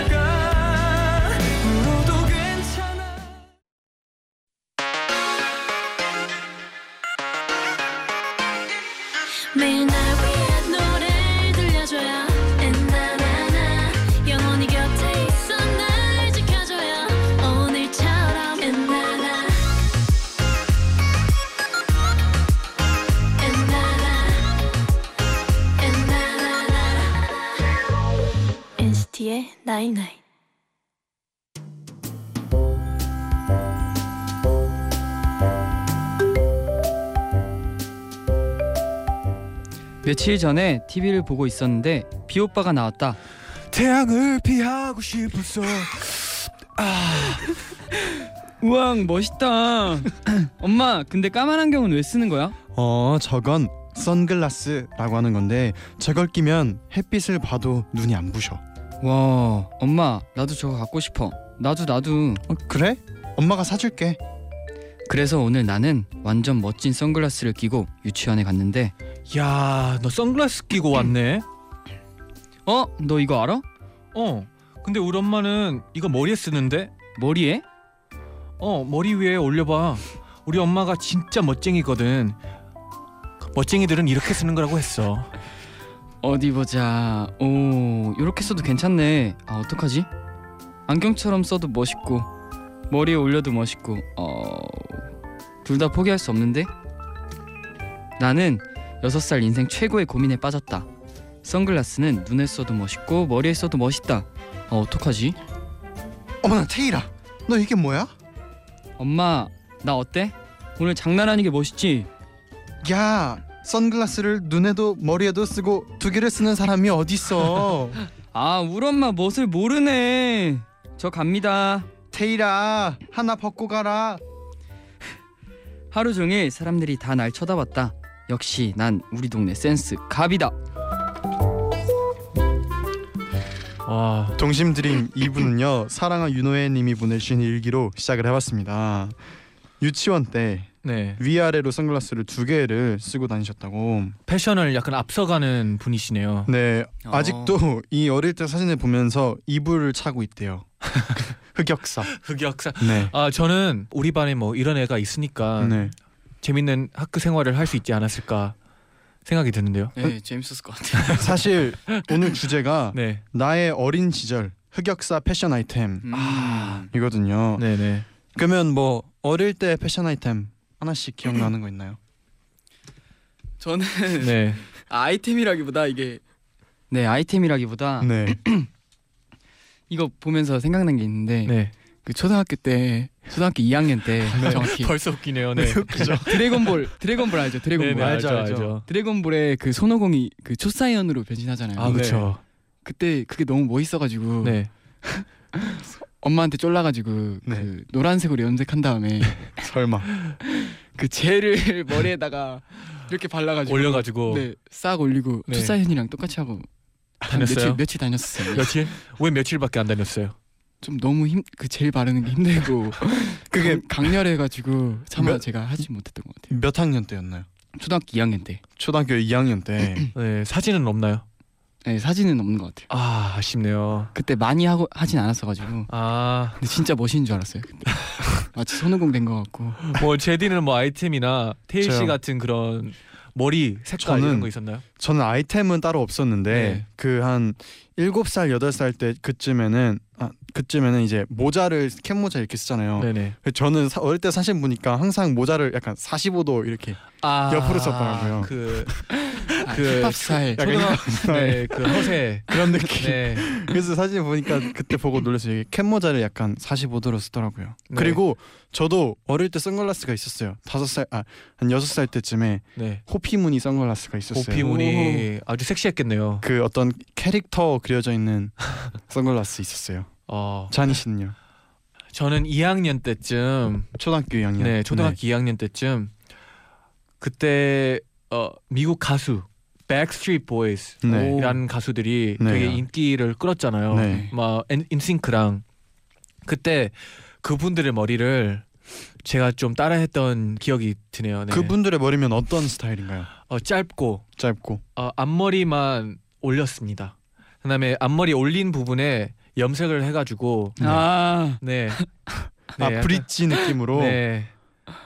S8: NCT의 나인나인.
S7: 며칠 전에 TV를 보고 있었는데 비오빠가 나왔다.
S4: 태양을 피하고 싶었어.
S7: 우왕 멋있다. 엄마 근데 까만 안경은 왜 쓰는 거야?
S2: 어 저건 선글라스라고 하는 건데 저걸 끼면 햇빛을 봐도 눈이 안 부셔.
S7: 와 엄마 나도 저거 갖고 싶어. 나도 나도.
S2: 어, 그래? 엄마가 사줄게.
S7: 그래서 오늘 나는 완전 멋진 선글라스를 끼고 유치원에 갔는데
S4: 야, 너 선글라스 끼고 왔네.
S7: 어? 너 이거 알아?
S4: 어. 근데 우리 엄마는 이거 머리에 쓰는데?
S7: 머리에?
S4: 어, 머리 위에 올려 봐. 우리 엄마가 진짜 멋쟁이거든. 멋쟁이들은 이렇게 쓰는 거라고 했어.
S7: 어디 보자. 오, 요렇게 써도 괜찮네. 아, 어떡하지? 안경처럼 써도 멋있고 머리에 올려도 멋있고. 어. 둘 다 포기할 수 없는데? 나는 6살 인생 최고의 고민에 빠졌다. 선글라스는 눈에 써도 멋있고 머리에 써도 멋있다. 아, 어떡하지?
S2: 어머나 테이라, 너 이게 뭐야?
S7: 엄마, 나 어때? 오늘 장난 아니게 멋있지?
S2: 야 선글라스를 눈에도 머리에도 쓰고 두 개를 쓰는 사람이 어딨어?
S7: 아, 우리 엄마 멋을 모르네. 저 갑니다.
S2: 테이라 하나 벗고 가라.
S7: 하루 종일 사람들이 다 날 쳐다봤다. 역시 난 우리 동네 센스 갑이다.
S4: 와,
S2: 동심 드림 2부는요 사랑아 윤호혜님이 보내주신 일기로 시작을 해봤습니다. 유치원 때
S4: 네.
S2: 위아래로 선글라스를 두 개를 쓰고 다니셨다고.
S4: 패션을 약간 앞서가는 분이시네요.
S2: 네
S7: 어.
S2: 아직도 이 어릴 때 사진을 보면서 이불을 차고 있대요. 흑역사.
S4: 흑역사.
S2: 네.
S4: 아, 저는 우리 반에 뭐 이런 애가 있으니까
S2: 네.
S4: 재밌는 학교 생활을 할 수 있지 않았을까 생각이 드는데요.
S6: 네 재밌었을 것 같아요.
S2: 사실 오늘 주제가
S4: 네.
S2: 나의 어린 시절 흑역사 패션 아이템
S6: 아,
S2: 이거든요.
S4: 네, 네.
S2: 그러면 뭐 어릴 때 패션 아이템 하나씩 기억나는 거 있나요?
S6: 저는
S4: 네.
S6: 아이템이라기보다 이게
S7: 네 아이템이라기보다
S4: 음.
S2: 네.
S6: 이거 보면서 생각난 게 있는데
S4: 네.
S6: 그 초등학교 때 초등학교 2학년 때 정확히
S4: 벌써 웃기네요. 네.
S6: 드래곤볼 드래곤볼 알죠? 드래곤볼
S4: 네네, 알죠, 알죠.
S6: 드래곤볼에 그 손오공이 그 초사이언으로 변신하잖아요.
S2: 네.
S4: 아, 그렇죠.
S6: 그때 그게 너무 멋있어가지고
S4: 네.
S6: 엄마한테 쫄라가지고
S2: 네.
S6: 그 노란색으로 염색한 다음에
S2: 설마.
S6: 그 젤을 머리에다가 이렇게 발라가지고
S4: 올려 가지고
S6: 네, 싹 올리고
S4: 네.
S6: 초사이언이랑 똑같이 하고 한
S4: 다녔어요?
S6: 며칠 며칠 다녔었어요.
S4: 며칠? 왜 며칠밖에 안 다녔어요?
S6: 좀 너무 힘 그 젤 바르는 게 힘들고
S2: 그게
S6: 강, 강렬해가지고 차마
S2: 몇-
S6: 제가 하지 못했던 것 같아요.
S2: 몇 학년 때였나요?
S6: 초등학교 2학년 때.
S2: 초등학교 2학년 때.
S4: 네, 사진은 없나요?
S6: 네, 사진은 없는 것 같아요.
S4: 아, 아쉽네요.
S6: 그때 많이 하고 하진 않았어가지고
S4: 아,
S6: 근데 진짜 멋있는 줄 알았어요. 그때. 마치 손오공 된 것 같고.
S4: 뭐 제디는 뭐 아이템이나 테일 씨
S2: 저요.
S4: 같은 그런 머리 색깔
S2: 저는-
S4: 이런 거 있었나요?
S2: 저는 아이템은 따로 없었는데
S4: 네.
S2: 그 한 7살 8살 때 그쯤에는 아 그쯤에는 이제 모자를 캡모자 이렇게 쓰잖아요. 그
S4: 네, 네.
S2: 저는 사- 어릴 때 사진 보니까 항상 모자를 약간 45도 이렇게
S4: 아,
S2: 옆으로 썼더라고요.
S4: 그
S6: 아,
S4: 그-
S6: 힙합 스타일.
S2: 어. 약간
S4: 초등학교 네, 그 허세.
S2: 그런 느낌.
S4: 네.
S2: 그래서 사진 보니까 그때 보고 놀라서 이게 캡모자를 약간 45도로 쓰더라고요.
S4: 네.
S2: 그리고 저도 어릴 때 선글라스가 있었어요. 다섯 살 아한 여섯 살 때쯤에
S4: 네.
S2: 호피무늬 선글라스가 있었어요.
S4: 호피무늬 아주 섹시했겠네요.
S2: 그 어떤 캐릭터 그려져 있는 선글라스 있었어요.
S4: 어,
S2: 찬이 씨는요?
S4: 저는 2학년 때쯤
S2: 초등학교 2학년.
S4: 네, 초등학교 2학년 때쯤 그때 어, 미국 가수 Backstreet
S2: 네.
S4: Boys라는 가수들이
S2: 네.
S4: 되게 인기를 끌었잖아요.
S2: 네.
S4: 막 엔- 인싱크랑 그때 그분들의 머리를 제가 좀 따라했던 기억이 드네요. 네.
S2: 그분들의 머리면 어떤 스타일인가요?
S4: 어, 짧고
S2: 짧고.
S4: 어, 앞머리만 올렸습니다. 그다음에 앞머리 올린 부분에 염색을 해가지고
S6: 아,
S4: 네, 네,
S2: 아 브릿지 느낌으로.
S4: 네,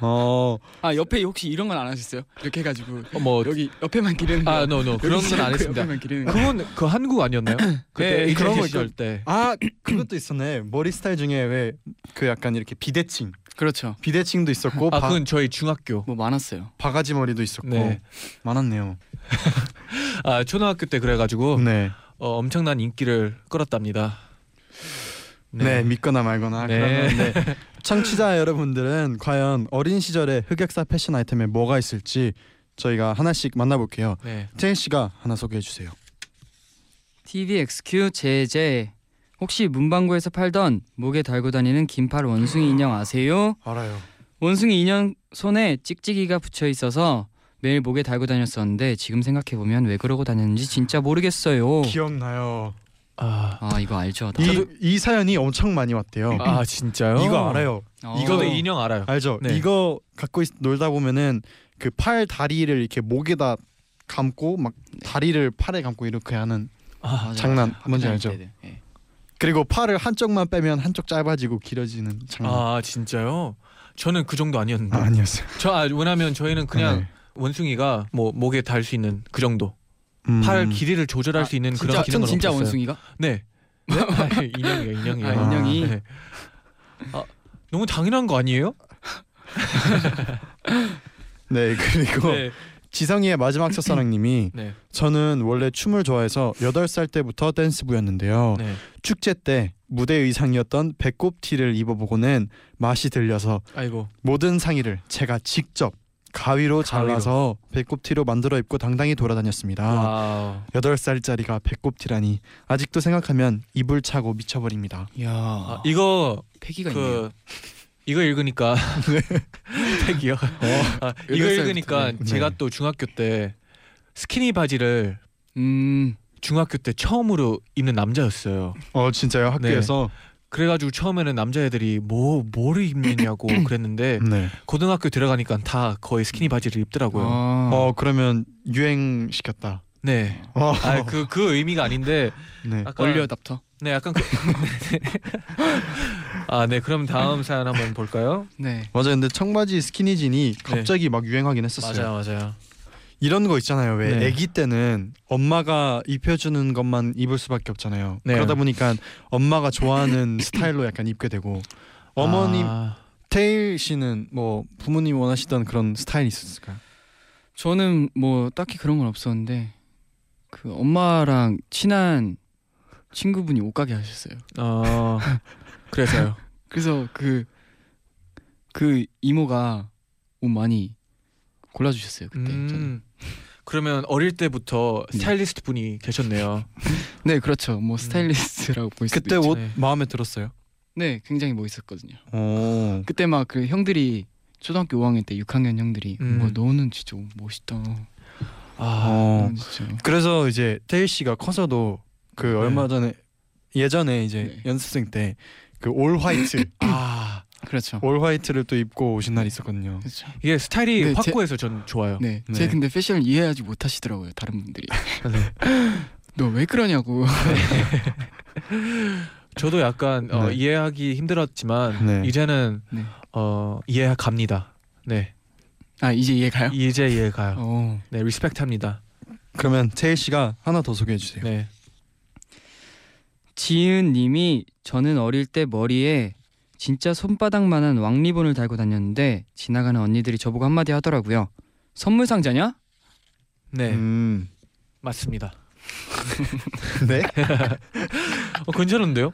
S2: 어.
S6: 아 옆에 혹시 이런 건 안 하셨어요? 이렇게 해가지고
S4: 어, 뭐
S6: 여기 옆에만 기르는 거.
S4: 아, no, no. 그런
S6: 여기
S4: 건 안 했습니다.
S6: 옆에만 기르는 거.
S4: 그건 그 한국 아니었나요? 그때
S2: 네, 그런
S4: 그런
S2: 거
S4: 거 시절 때.
S2: 아 그것도 있었네. 머리 스타일 중에 왜 그 약간 이렇게 비대칭.
S6: 그렇죠.
S2: 비대칭도 있었고
S4: 아
S2: 바,
S4: 그건 저희 중학교.
S6: 뭐 많았어요.
S2: 바가지 머리도 있었고
S4: 네.
S2: 많았네요.
S4: 아 초등학교 때 그래가지고
S2: 네.
S4: 어, 엄청난 인기를 끌었답니다.
S2: 네, 믿거나 말거나
S4: 네.
S2: 그러면 네. 청취자 여러분들은 과연 어린 시절의 흑역사 패션 아이템에 뭐가 있을지 저희가 하나씩 만나볼게요.
S4: 네.
S2: 태희 씨가 하나 소개해 주세요.
S7: TVXQ 제제 혹시 문방구에서 팔던 목에 달고 다니는 긴팔 원숭이 인형 아세요?
S2: 알아요.
S7: 원숭이 인형 손에 찍찍이가 붙여 있어서 매일 목에 달고 다녔었는데 지금 생각해 보면 왜 그러고 다녔는지 진짜 모르겠어요.
S2: 기억나요.
S4: 아,
S7: 아 이거 알죠? 나.
S2: 이, 이 사연이 엄청 많이 왔대요.
S4: 아 진짜요?
S2: 이거 알아요.
S7: 어.
S4: 이거 인형 알아요.
S2: 알죠?
S4: 네.
S2: 이거 갖고 있, 놀다 보면은 그 팔 다리를 이렇게 목에다 감고 막 다리를 팔에 감고 이렇게 하는
S7: 맞아요,
S2: 장난
S7: 맞아요.
S2: 뭔지
S7: 학창
S2: 알죠?
S7: 때들. 예.
S2: 그리고 팔을 한쪽만 빼면 한쪽 짧아지고 길어지는 장난 아,
S4: 아 진짜요? 저는 그 정도 아니었는데.
S2: 아니었어요. 네.
S4: 저 아, 왜냐면 저희는 그냥 원숭이가 뭐 목에 달 수 있는 그 정도.
S2: 네.
S4: 팔
S2: 음.
S4: 길이를 조절할
S7: 아,
S4: 수 있는
S7: 진짜
S4: 그런 기능은
S6: 진짜
S4: 없었어요.
S6: 원숭이가?
S4: 네. 아, 인형이요, 인형이요.
S7: 아,
S2: 아,
S7: 인형이
S4: 네. 아, 너무 당연한 거 아니에요?
S2: 네 그리고
S4: 네.
S2: 지성이의 마지막 첫사랑님이
S4: 네.
S2: 저는 원래 춤을 좋아해서 8살 때부터 댄스부였는데요.
S4: 네.
S2: 축제 때 무대 의상이었던 배꼽 티를 입어보고는 맛이 들려서
S4: 아이고.
S2: 모든 상의를 제가 직접 가위로 잘라서 배꼽 티로 만들어 입고 당당히 돌아다녔습니다.
S4: 와우.
S2: 8살짜리가 배꼽 티라니 아직도 생각하면 이불 차고 미쳐버립니다.
S6: 이야.
S4: 아, 이거
S7: 패기가 있네요.
S4: 그 이거 읽으니까 팩이요. 아, 이거
S6: 여덟 살부터.
S4: 읽으니까
S2: 네.
S4: 제가 또 중학교 때 스키니 바지를
S7: 음.
S4: 중학교 때 처음으로 입는 남자였어요.
S2: 어 진짜요?
S4: 학교에서? 그래가지고 처음에는 남자애들이 뭐 뭐를 입느냐고 그랬는데
S2: 네.
S4: 고등학교 들어가니까 다 거의 스키니 바지를 입더라고요.
S7: 아.
S2: 어 그러면 유행 시켰다.
S4: 네.
S2: 어.
S4: 아 그 그 의미가 아닌데
S2: 네.
S4: 약간
S6: 얼리 어답터.
S4: 네 약간 그... 아네 그럼 다음 사연 한번 볼까요?
S6: 네.
S2: 맞아요. 근데 청바지 스키니진이 갑자기 막 유행하긴 했었어요.
S4: 네. 맞아요 맞아요.
S2: 이런 거 있잖아요. 왜
S4: 네.
S2: 아기 때는 엄마가 입혀주는 것만 입을 수밖에 없잖아요.
S4: 네.
S2: 그러다 보니까 엄마가 좋아하는 스타일로 약간 입게 되고 어머님
S4: 아,
S2: 테일 씨는 뭐 부모님 원하시던 그런 스타일 있었을까요?
S6: 저는 뭐 딱히 그런 건 없었는데 그 엄마랑 친한 친구분이 옷가게 하셨어요.
S4: 어 그래서요.
S6: 그래서 그 그 이모가 옷 많이 골라 주셨어요,
S2: 네,
S6: 그때. 저는.
S4: 음, 그러면 어릴 때부터 스타일리스트 분이 계셨네요.
S6: 네, 그렇죠. 뭐 스타일리스트라고 보일 수도
S2: 그때
S6: 있죠.
S2: 옷
S4: 네.
S2: 마음에 들었어요.
S6: 네, 굉장히 멋있었거든요.
S2: 오.
S6: 그때 막 그 형들이 초등학교 5학년 때 6학년 형들이
S4: 음.
S6: 와 너는 진짜 멋있다.
S4: 아,
S2: 어.
S6: 너는 진짜.
S2: 그래서 이제 테일 씨가 커서도 그 얼마 전에 예전에 이제
S6: 네.
S2: 연습생 때 그 올 화이트
S4: 아
S6: 그렇죠.
S2: 올 화이트를 또 입고 오신 날이 있었거든요.
S6: 그렇죠.
S4: 이게 스타일이
S6: 네, 제-
S4: 확고해서 전 좋아요.
S6: 네,
S2: 네.
S6: 제 근데 패션을 이해하지 못하시더라고요 다른 분들이. 너 왜 그러냐고.
S4: 저도 약간 어,
S2: 네.
S4: 이해하기 힘들었지만
S2: 네.
S4: 이제는
S6: 네.
S4: 어, 이해 갑니다. 네,
S6: 아 이제
S2: 네.
S6: 이해가요?
S4: 이제 이해 가요.
S6: 어.
S4: 네, 리스펙트합니다.
S2: 그러면 테일 씨가 하나 더 소개해 주세요.
S4: 네,
S7: 지은 님이 저는 어릴 때 머리에 진짜 손바닥만한 왕리본을 달고 다녔는데 지나가는 언니들이 저보고 한마디 하더라고요. 선물 상자냐?
S4: 네,
S2: 음.
S4: 맞습니다.
S2: 네?
S4: 어, 괜찮은데요?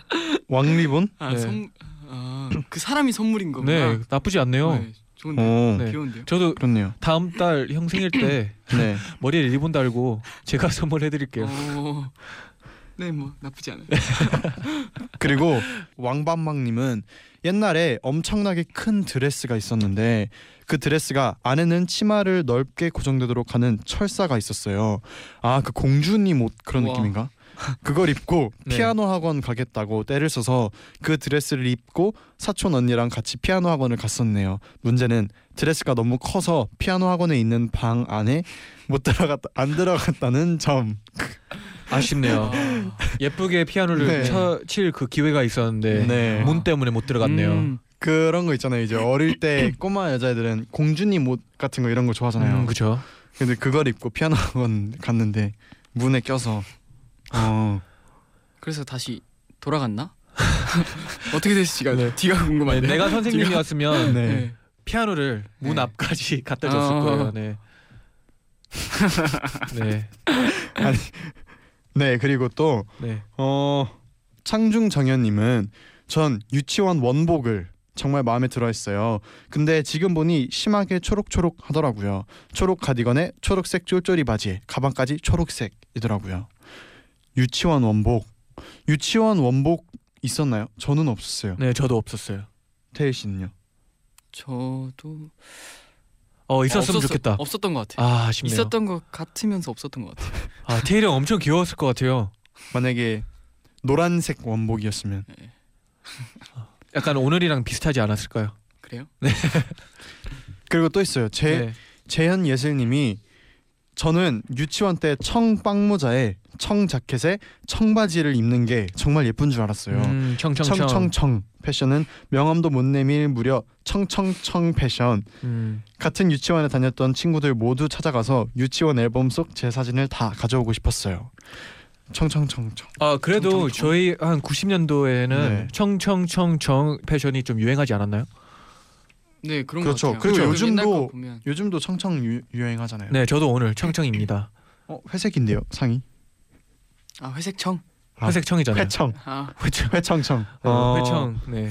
S2: 왕리본?
S4: 네.
S6: 아선아그 그 사람이 선물인 거구나.
S4: 네, 나쁘지 않네요.
S6: 네, 좋은데.
S2: 오.
S4: 네.
S6: 귀여운데요.
S4: 저도
S2: 그렇네요.
S4: 다음 달 형 생일 때
S2: 네.
S4: 머리에 리본 달고 제가 선물해드릴게요.
S6: 어. 네뭐 나쁘지 않아요.
S2: 그리고 왕밤망님은 옛날에 엄청나게 큰 드레스가 있었는데 그 드레스가 안에는 치마를 넓게 고정되도록 하는 철사가 있었어요. 아 그 공주님 옷 그런
S6: 우와.
S2: 느낌인가? 그걸 입고
S4: 네.
S2: 피아노 학원 가겠다고 때를 써서 그 드레스를 입고 사촌 언니랑 같이 피아노 학원을 갔었네요. 문제는 드레스가 너무 커서 피아노 학원에 있는 방 안에 못 들어갔다 안 들어갔다는 점.
S4: 아쉽네요. 예쁘게 피아노를
S2: 네.
S4: 칠 그 기회가 있었는데
S2: 네.
S4: 문 때문에 못 들어갔네요.
S7: 음,
S2: 그런 거 있잖아요. 이제 어릴 때 꼬마 여자애들은 공주님 옷 같은 거 이런 거 좋아하잖아요.
S4: 음, 그죠.
S2: 근데 그걸 입고 피아노 학원 갔는데 문에 껴서 어.
S6: 그래서 다시 돌아갔나? 어떻게 됐을지가 뒤가
S4: 네,
S6: 궁금한데.
S4: 내가 선생님이었으면
S2: 네.
S4: 피아노를 문
S6: 네.
S4: 앞까지 갖다 줬을 네.
S6: 어.
S4: 거예요. 네. 네.
S2: 네 그리고 또
S4: 네.
S2: 어, 창중 정현님은 전 유치원 원복을 정말 마음에 들어했어요. 근데 지금 보니 심하게 초록초록 하더라고요. 초록 가디건에 초록색 쫄쫄이 바지에 가방까지 초록색이더라고요. 유치원 원복 유치원 원복 있었나요? 저는 없었어요.
S4: 네, 저도 없었어요.
S2: 태희 씨는요?
S6: 저도
S4: 어, 있었으면
S6: 없었어-
S4: 좋겠다.
S6: 없었던 것 같아요.
S4: 아, 아쉽네요.
S6: 있었던 것 같으면서 없었던 것 같아요.
S4: 아, 태일이 형 엄청 귀여웠을 것 같아요.
S2: 만약에 노란색 원복이었으면
S4: 약간 오늘이랑 비슷하지 않았을까요?
S6: 그래요?
S2: 그리고 또 있어요. 제
S4: 네.
S2: 재현 예슬님이 저는 유치원 때 청빵모자에 청자켓에 청바지를 입는 게 정말 예쁜 줄 알았어요.
S4: 음, 청청청.
S2: 청청청 패션은 명함도 못 내밀 무려 청청청 패션.
S4: 음.
S2: 같은 유치원에 다녔던 친구들 모두 찾아가서 유치원 앨범 속 제 사진을 다 가져오고 싶었어요. 청청청청.
S4: 아, 그래도
S2: 청청청.
S4: 저희 한 90년도에는
S2: 네.
S4: 청청청청 패션이 좀 유행하지 않았나요?
S6: 네 그런
S2: 그렇죠.
S6: 것 같아요.
S2: 그리고
S6: 그
S2: 요즘도-
S6: 옛날 거 보면
S2: 요즘도 청청 유, 유행하잖아요.
S4: 네, 저도 오늘 청청입니다.
S2: 어, 회색인데요 상이.
S6: 아 회색 청.
S2: 아,
S4: 회색 청이잖아요.
S2: 회청.
S6: 아
S2: 회청. 회청청.
S4: 네,
S2: 어,
S4: 회청. 네.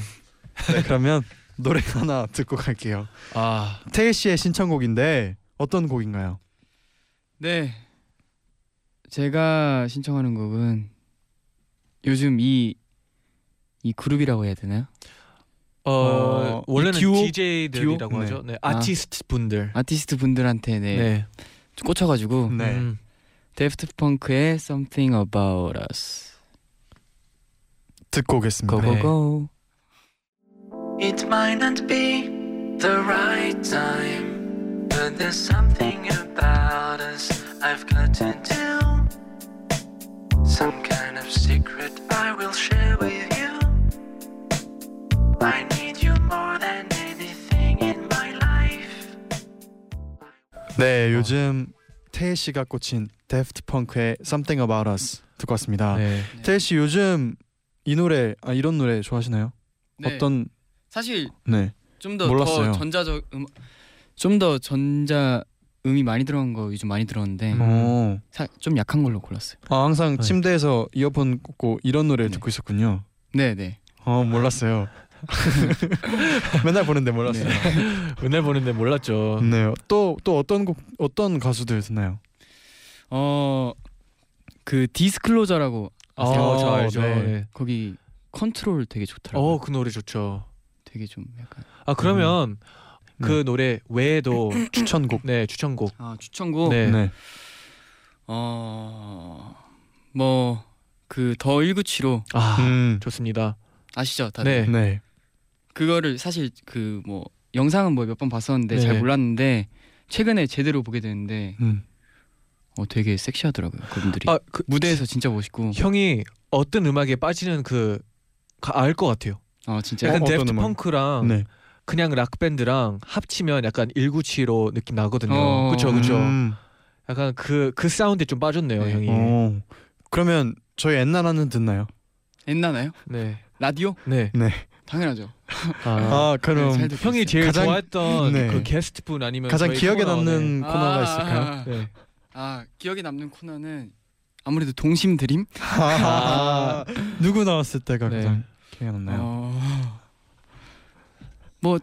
S2: 네, 그러면 노래 하나 듣고 갈게요.
S4: 아,
S2: 태일 씨의 신청곡인데 어떤 곡인가요?
S6: 네. 제가 신청하는 곡은 요즘 이 이 그룹이라고 해야 되나요?
S4: 어,
S2: 어,
S4: 원래는
S2: 이 듀오?
S4: DJ들이라고
S2: 듀오? 네.
S4: 하죠. 네, 아티스트 분들.
S6: 아티스트 분들한테 네,
S4: 네.
S6: 꽂혀가지고
S2: 네.
S4: 음.
S6: 데프트 펑크의 Something About Us
S2: 듣고 오겠습니다.
S4: 네.
S6: 고고고
S3: It might not be the right time, but there's something about us I've got to tell. Some kind of secret I will share with you. I need you more than anything in my life.
S4: 어.
S2: 네, 요즘 태일 씨가 꽂힌 데프트 펑크의 Something About Us 듣고 왔습니다.
S4: 네.
S2: 태일 씨 요즘 이 노래 아 이런 노래 좋아하시나요?
S4: 네.
S2: 어떤
S6: 네. 사실
S2: 네.
S6: 좀 더
S2: 몰랐어요.
S6: 더 전자적 음, 좀더 전자 음이 많이 들어간 거 요즘 많이 들었는데
S4: 음.
S2: 어.
S6: 사, 좀 약한 걸로 골랐어요
S2: 아 항상
S4: 네.
S2: 침대에서 이어폰 꽂고 이런 노래 를
S6: 네.
S2: 듣고 있었군요.
S6: 네네
S2: 어 몰랐어요. 맨날 보는데 몰랐어요. 네.
S4: 은혜 보는데 몰랐죠.
S2: 음. 또또 어떤 곡 어떤 가수들 듣나요?
S6: 어그 디스클로저라고
S4: 아,
S2: 어,
S4: 저 알죠.
S2: 네.
S4: 네.
S6: 거기 컨트롤 되게 좋더라고요
S4: 어, 그 노래 좋죠.
S6: 되게 좀 약간
S4: 아,
S2: 음.
S4: 그러면 그
S2: 네.
S4: 노래 외에도
S2: 추천곡.
S4: 네, 추천곡.
S6: 아 추천곡
S4: 네.
S2: 네.
S6: 어, 어뭐 그 더 1975
S4: 아,
S2: 음.
S4: 좋습니다.
S6: 아시죠 다들
S4: 네.
S2: 네.
S6: 그거를 사실 그 뭐 영상은 뭐 몇 번 봤었는데 잘
S4: 네.
S6: 몰랐는데 최근에 제대로 보게 됐는데
S2: 음.
S6: 어 되게 섹시하더라고요 그분들이
S4: 아, 그
S6: 무대에서 진짜 멋있고
S4: 형이 어떤 음악에 빠지는 그 그알것 같아요.
S6: 아 진짜
S4: 약간
S2: 어, 어떤
S4: 데프트
S2: 음악?
S4: 펑크랑
S2: 네.
S4: 그냥 락 밴드랑 합치면 약간 1975 느낌 나거든요.
S6: 어.
S4: 그렇죠, 그렇죠.
S2: 음.
S4: 약간 그 그 사운드에 좀 빠졌네요,
S6: 네.
S4: 형이.
S2: 어. 그러면 저희 엔나나는 듣나요?
S6: 옛날나요?
S4: 네,
S6: 라디오?
S4: 네.
S6: 당연하죠.
S4: 아,
S6: 네, 잘 듣고
S4: 형이
S6: 있어요.
S4: 제일
S2: 가장-
S4: 좋아했던
S2: 네.
S4: 그 게스트분 아니면
S2: 가장
S4: 저희
S2: 기억에
S4: 코너,
S2: 남는
S6: 아,
S2: 코너가 있을까요?
S6: 아,
S4: 네. 네.
S6: 아, 아, 기억에 남는 코너는 아무래도 동심 드림.
S2: 아, 누구 나왔을 때가
S4: 네.
S2: 가장 기억에 남나요?
S6: 어... 뭐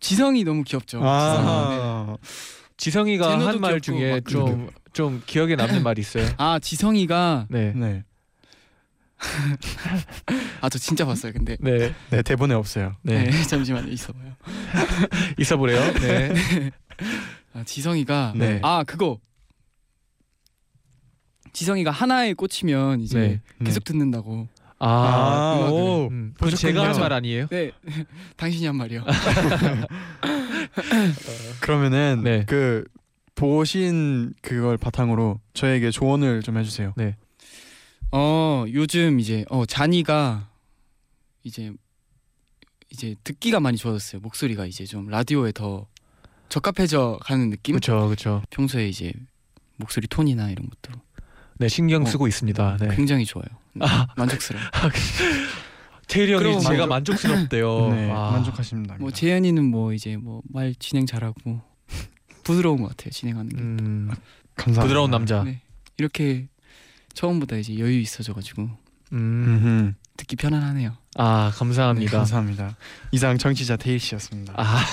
S6: 지성이 너무 귀엽죠.
S4: 어,
S6: 지성이. 네.
S2: 아,
S4: 지성이가
S6: 제노도
S4: 한 말
S6: 귀엽고
S4: 중에
S6: 막
S4: 좀 좀 기억에 남는 말이 있어요.
S6: 아 지성이가
S4: 네.
S2: 네.
S6: 아 저 진짜 봤어요. 근데
S4: 네.
S2: 네 대본에 없어요.
S4: 네.
S6: 네, 잠시만요. 있어봐요.
S4: 있어 보래요. 네.
S6: 아, 지성이가
S2: 네.
S6: 아 그거 지성이가 하나에 꽂히면 이제
S4: 네.
S6: 계속 듣는다고.
S4: 아.
S2: 아,
S6: 음악을.
S2: 오,
S4: 음. 그건
S2: 보셨군요.
S4: 제가 한 말 아니에요?
S6: 네 당신이 한 말이요.
S2: 그러면은
S4: 네.
S2: 그 보신 그걸 바탕으로 저에게 조언을 좀 해주세요.
S6: 어 요즘 이제 어 잔이가 이제 이제 듣기가 많이 좋아졌어요 목소리가 이제 좀 라디오에 더 적합해져 가는 느낌
S4: 그렇죠. 그렇죠.
S6: 평소에 이제 목소리 톤이나 이런 것도
S4: 네, 신경 쓰고 있습니다. 네.
S6: 굉장히 좋아요 만족스러워
S4: 테일이 형이
S6: 그럼
S4: 제가
S6: 만족-
S4: 만족스럽대요.
S2: 네,
S4: 아.
S2: 만족하십니다.
S6: 뭐 재현이는 뭐 이제 뭐 말 진행 잘하고 부드러운 것 같아요 진행하는 게
S4: 음.
S2: 감사합니다.
S4: 부드러운 남자.
S6: 네. 이렇게 처음보다 이제 여유 있어져가지고
S4: 음.
S2: 음흠.
S6: 듣기 편안하네요.
S4: 아
S2: 네,
S4: 감사합니다.
S2: 감사합니다. 이상 정치자 테일 씨였습니다.
S4: 아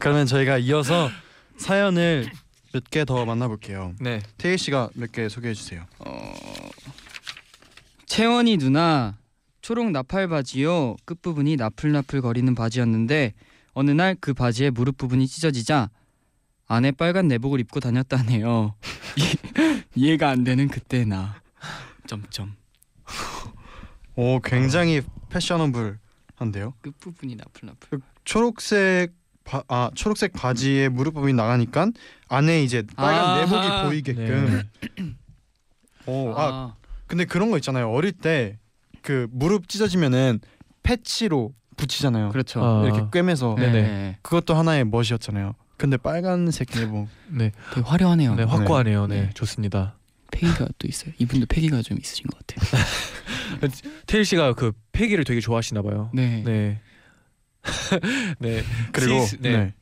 S2: 그러면 저희가 이어서 사연을 몇 개 더 만나볼게요.
S4: 네.
S2: 테일 씨가 몇 개 소개해 주세요.
S6: 어,
S7: 채원이 누나 초록 나팔 바지요 끝부분이 나풀나풀 거리는 바지였는데 어느 날 그 바지의 무릎 부분이 찢어지자 안에 빨간 내복을 입고 다녔다네요
S6: 이해가 안 되는 그때 나. 점점
S2: 오 굉장히 패셔너블한데요.
S6: 끝 부분이 나풀나풀.
S2: 초록색 바, 아 초록색 바지에 무릎 부분이 나가니까 안에 이제 빨간
S6: 아. 네.
S2: 내복이 보이게끔. 오, 아 근데 그런 거 있잖아요. 어릴 때 그 무릎 찢어지면은 패치로 붙이잖아요.
S6: 그렇죠.
S4: 아.
S2: 이렇게 꿰매서
S4: 네. 네네.
S6: 네.
S2: 그것도 하나의 멋이었잖아요. 근데 빨간색 내복.
S4: 네.
S6: 되게 화려하네요.
S4: 네 확고하네요. 네.
S6: 네.
S4: 좋습니다.
S6: 패기가 또 있어요. 이분도 패기가 좀 있으신 것 같아요.
S4: 테일 씨가 그 폐기를 되게 좋아하시나 봐요.
S6: 네.
S4: 네. 네.
S2: 그리고
S4: 시- 네.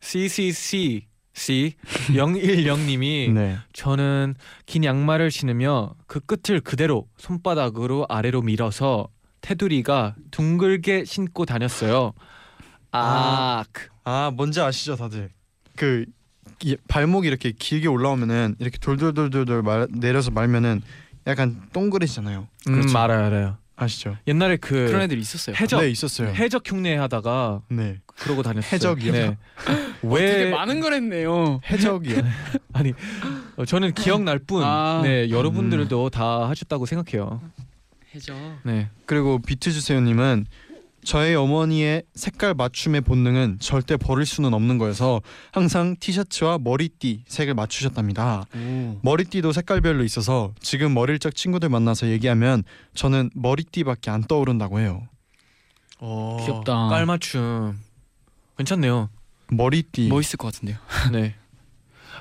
S4: CCC C 010님이
S2: 네. 네.
S4: 저는 긴 양말을 신으며 그 끝을 그대로 손바닥으로 아래로 밀어서 테두리가 둥글게 신고 다녔어요. 아,
S2: 아 뭔지 아시죠 다들 그 이- 발목이 이렇게 길게 올라오면은 이렇게 돌돌돌돌돌 말, 내려서 말면은 약간 동그래지잖아요
S4: 음,
S2: 그렇죠.
S4: 알아요, 알아요.
S2: 아시죠
S4: 옛날에 그
S6: 그런 애들 있었어요.
S4: 해적
S2: 네 있었어요
S4: 해적 흉내 하다가
S2: 네
S4: 그러고 다녔어요. 네.
S2: 해적이요?
S6: 되게
S4: 왜
S6: 많은 걸 했네요.
S2: 해적이요
S4: 어, 저는 기억날 뿐.
S6: 아.
S4: 네, 여러분들도 다 하셨다고 생각해요.
S6: 해적.
S4: 네.
S2: 그리고 비트주세요님은 저의 어머니의 색깔 맞춤의 본능은 절대 버릴 수는 없는 거여서 항상 티셔츠와 머리띠 색을 맞추셨답니다. 머리띠도 색깔별로 있어서 지금 어릴 적 친구들 만나서 얘기하면 저는 머리띠밖에 안 떠오른다고 해요.
S4: 어.
S6: 귀엽다.
S4: 깔맞춤. 괜찮네요.
S2: 머리띠.
S6: 멋있을 것 같은데요.
S4: 네.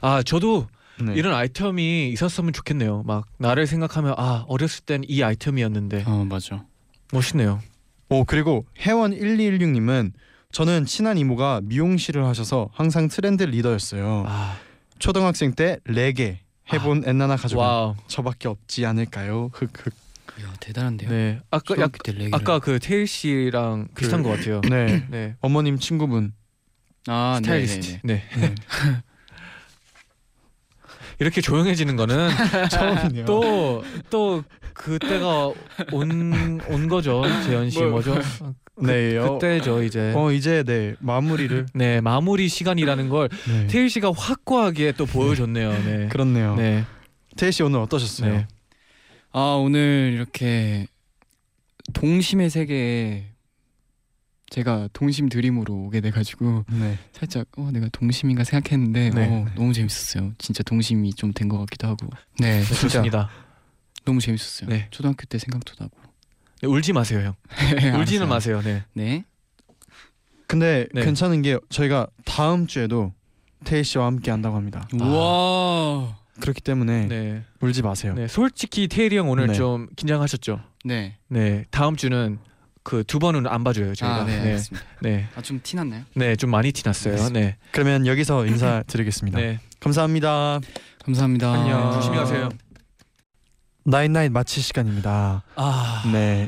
S4: 아, 저도
S2: 네.
S4: 이런 아이템이 있었으면 좋겠네요. 막 나를 생각하면 아 어렸을 땐 이 아이템이었는데
S6: 어 맞아.
S4: 멋있네요.
S2: 오 그리고 해원 1216님은 저는 친한 이모가 미용실을 하셔서 항상 트렌드 리더였어요.
S4: 아,
S2: 초등학생 때 레게 해본 엔나나 가족 은
S4: 와우.
S2: 저밖에 없지 않을까요? 흑흑.
S6: 이야 대단한데요.
S4: 네. 아까 약,
S6: 초등학교 때 레깅을.
S4: 아까 그 테일 씨랑 비슷한 것 같아요.
S2: 네.
S4: 그 네.
S2: 어머님 친구분.
S6: 아,
S4: 스타일리스트.
S6: 네네네.
S4: 네.
S2: 네.
S4: 이렇게 조용해지는 거는
S2: 처음이네요.
S4: 또 또 그때가 온 온 거죠. 재현 씨
S6: 뭘-
S4: 뭐죠?
S2: 네. 어,
S4: 그때죠 이제.
S2: 어 이제 네 마무리를.
S4: 네 마무리 시간이라는 걸
S2: 네.
S4: 테일 씨가 확고하게 또 보여줬네요. 네.
S2: 그렇네요.
S4: 네.
S2: 테이 씨 오늘 어떠셨어요?
S4: 네.
S6: 아 오늘 이렇게 동심의 세계에 제가 동심 드림으로 오게 돼가지고
S2: 네.
S6: 살짝 어 내가 동심인가 생각했는데
S4: 네.
S6: 어, 너무 재밌었어요. 진짜 동심이 좀 된 것 같기도 하고. 네, 진짜
S4: 좋습니다.
S6: 너무 재밌었어요.
S4: 네.
S6: 초등학교 때 생각도 나고.
S4: 네, 울지 마세요, 형. 울지는
S6: 알았어요.
S4: 마세요. 네.
S6: 네.
S2: 근데
S4: 네.
S2: 괜찮은 게 저희가 다음 주에도 테이 씨와 함께 한다고 합니다.
S4: 아.
S6: 우와.
S2: 그렇기 때문에
S4: 음. 네.
S2: 울지 마세요.
S4: 네, 솔직히 테일이 형 오늘
S2: 네.
S4: 좀 긴장하셨죠?
S6: 네.
S4: 네, 다음 주는 그 두 번은 안 봐줘요 저희가.
S6: 아, 네,
S4: 네,
S6: 알겠습니다.
S4: 네,
S6: 아, 좀 티났나요?
S4: 네, 좀 많이 티났어요. 네,
S2: 그러면 여기서 인사드리겠습니다.
S4: 네,
S2: 감사합니다.
S6: 감사합니다.
S4: 안녕. 조심히 가세요.
S2: 나인나인 마칠 시간입니다.
S4: 아,
S2: 네.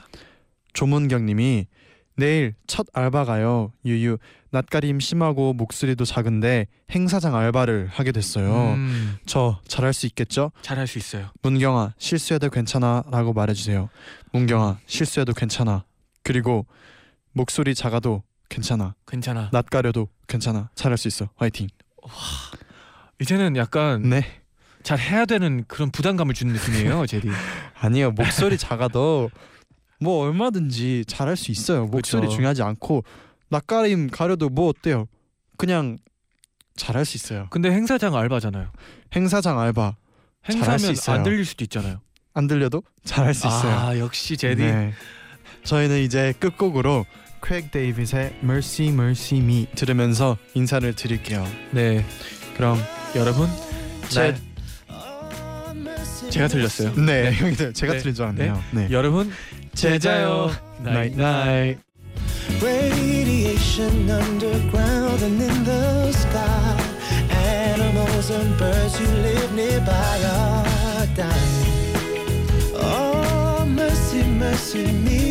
S2: 조문경님이 내일 첫 알바 가요. 유유 낯가림 심하고 목소리도 작은데 행사장 알바를 하게 됐어요.
S4: 음,
S2: 저 잘할 수 있겠죠?
S4: 잘할 수 있어요.
S2: 문경아 실수해도 괜찮아라고 말해주세요. 문경아 실수해도 괜찮아. 그리고 목소리 작아도 괜찮아.
S4: 괜찮아.
S2: 낯가려도 괜찮아. 잘할 수 있어. 화이팅.
S4: 이제는 약간
S2: 네.
S4: 잘 해야 되는 그런 부담감을 주는 느낌이에요, 제디.
S2: 아니요 목소리 작아도 뭐 얼마든지 잘할 수 있어요 목소리
S4: 그쵸.
S2: 중요하지 않고 낯가림 가려도 뭐 어때요 그냥 잘할 수 있어요
S4: 근데 행사장 알바잖아요.
S2: 행사장 알바 잘할 수
S4: 행사면
S2: 있어요.
S4: 안 들릴 수도 있잖아요.
S2: 안 들려도 잘할 수 있어요
S4: 아, 역시 제디.
S2: 네. 저희는 이제 끝곡으로 크랙 데이빗의 Mercy Mercy Me 들으면서 인사를 드릴게요
S4: 네,
S2: 그럼
S4: 여러분,
S2: 제-
S4: 제가 들렸어요.
S2: 네 형이들 제가
S4: 네.
S2: 틀린 줄 알았네요 네.
S4: 여러분, 제자요.
S2: 나잇 나잇
S3: Radiation underground and in the sky. Animals and birds who live nearby are dying. Oh,
S7: see
S3: Oh,
S7: me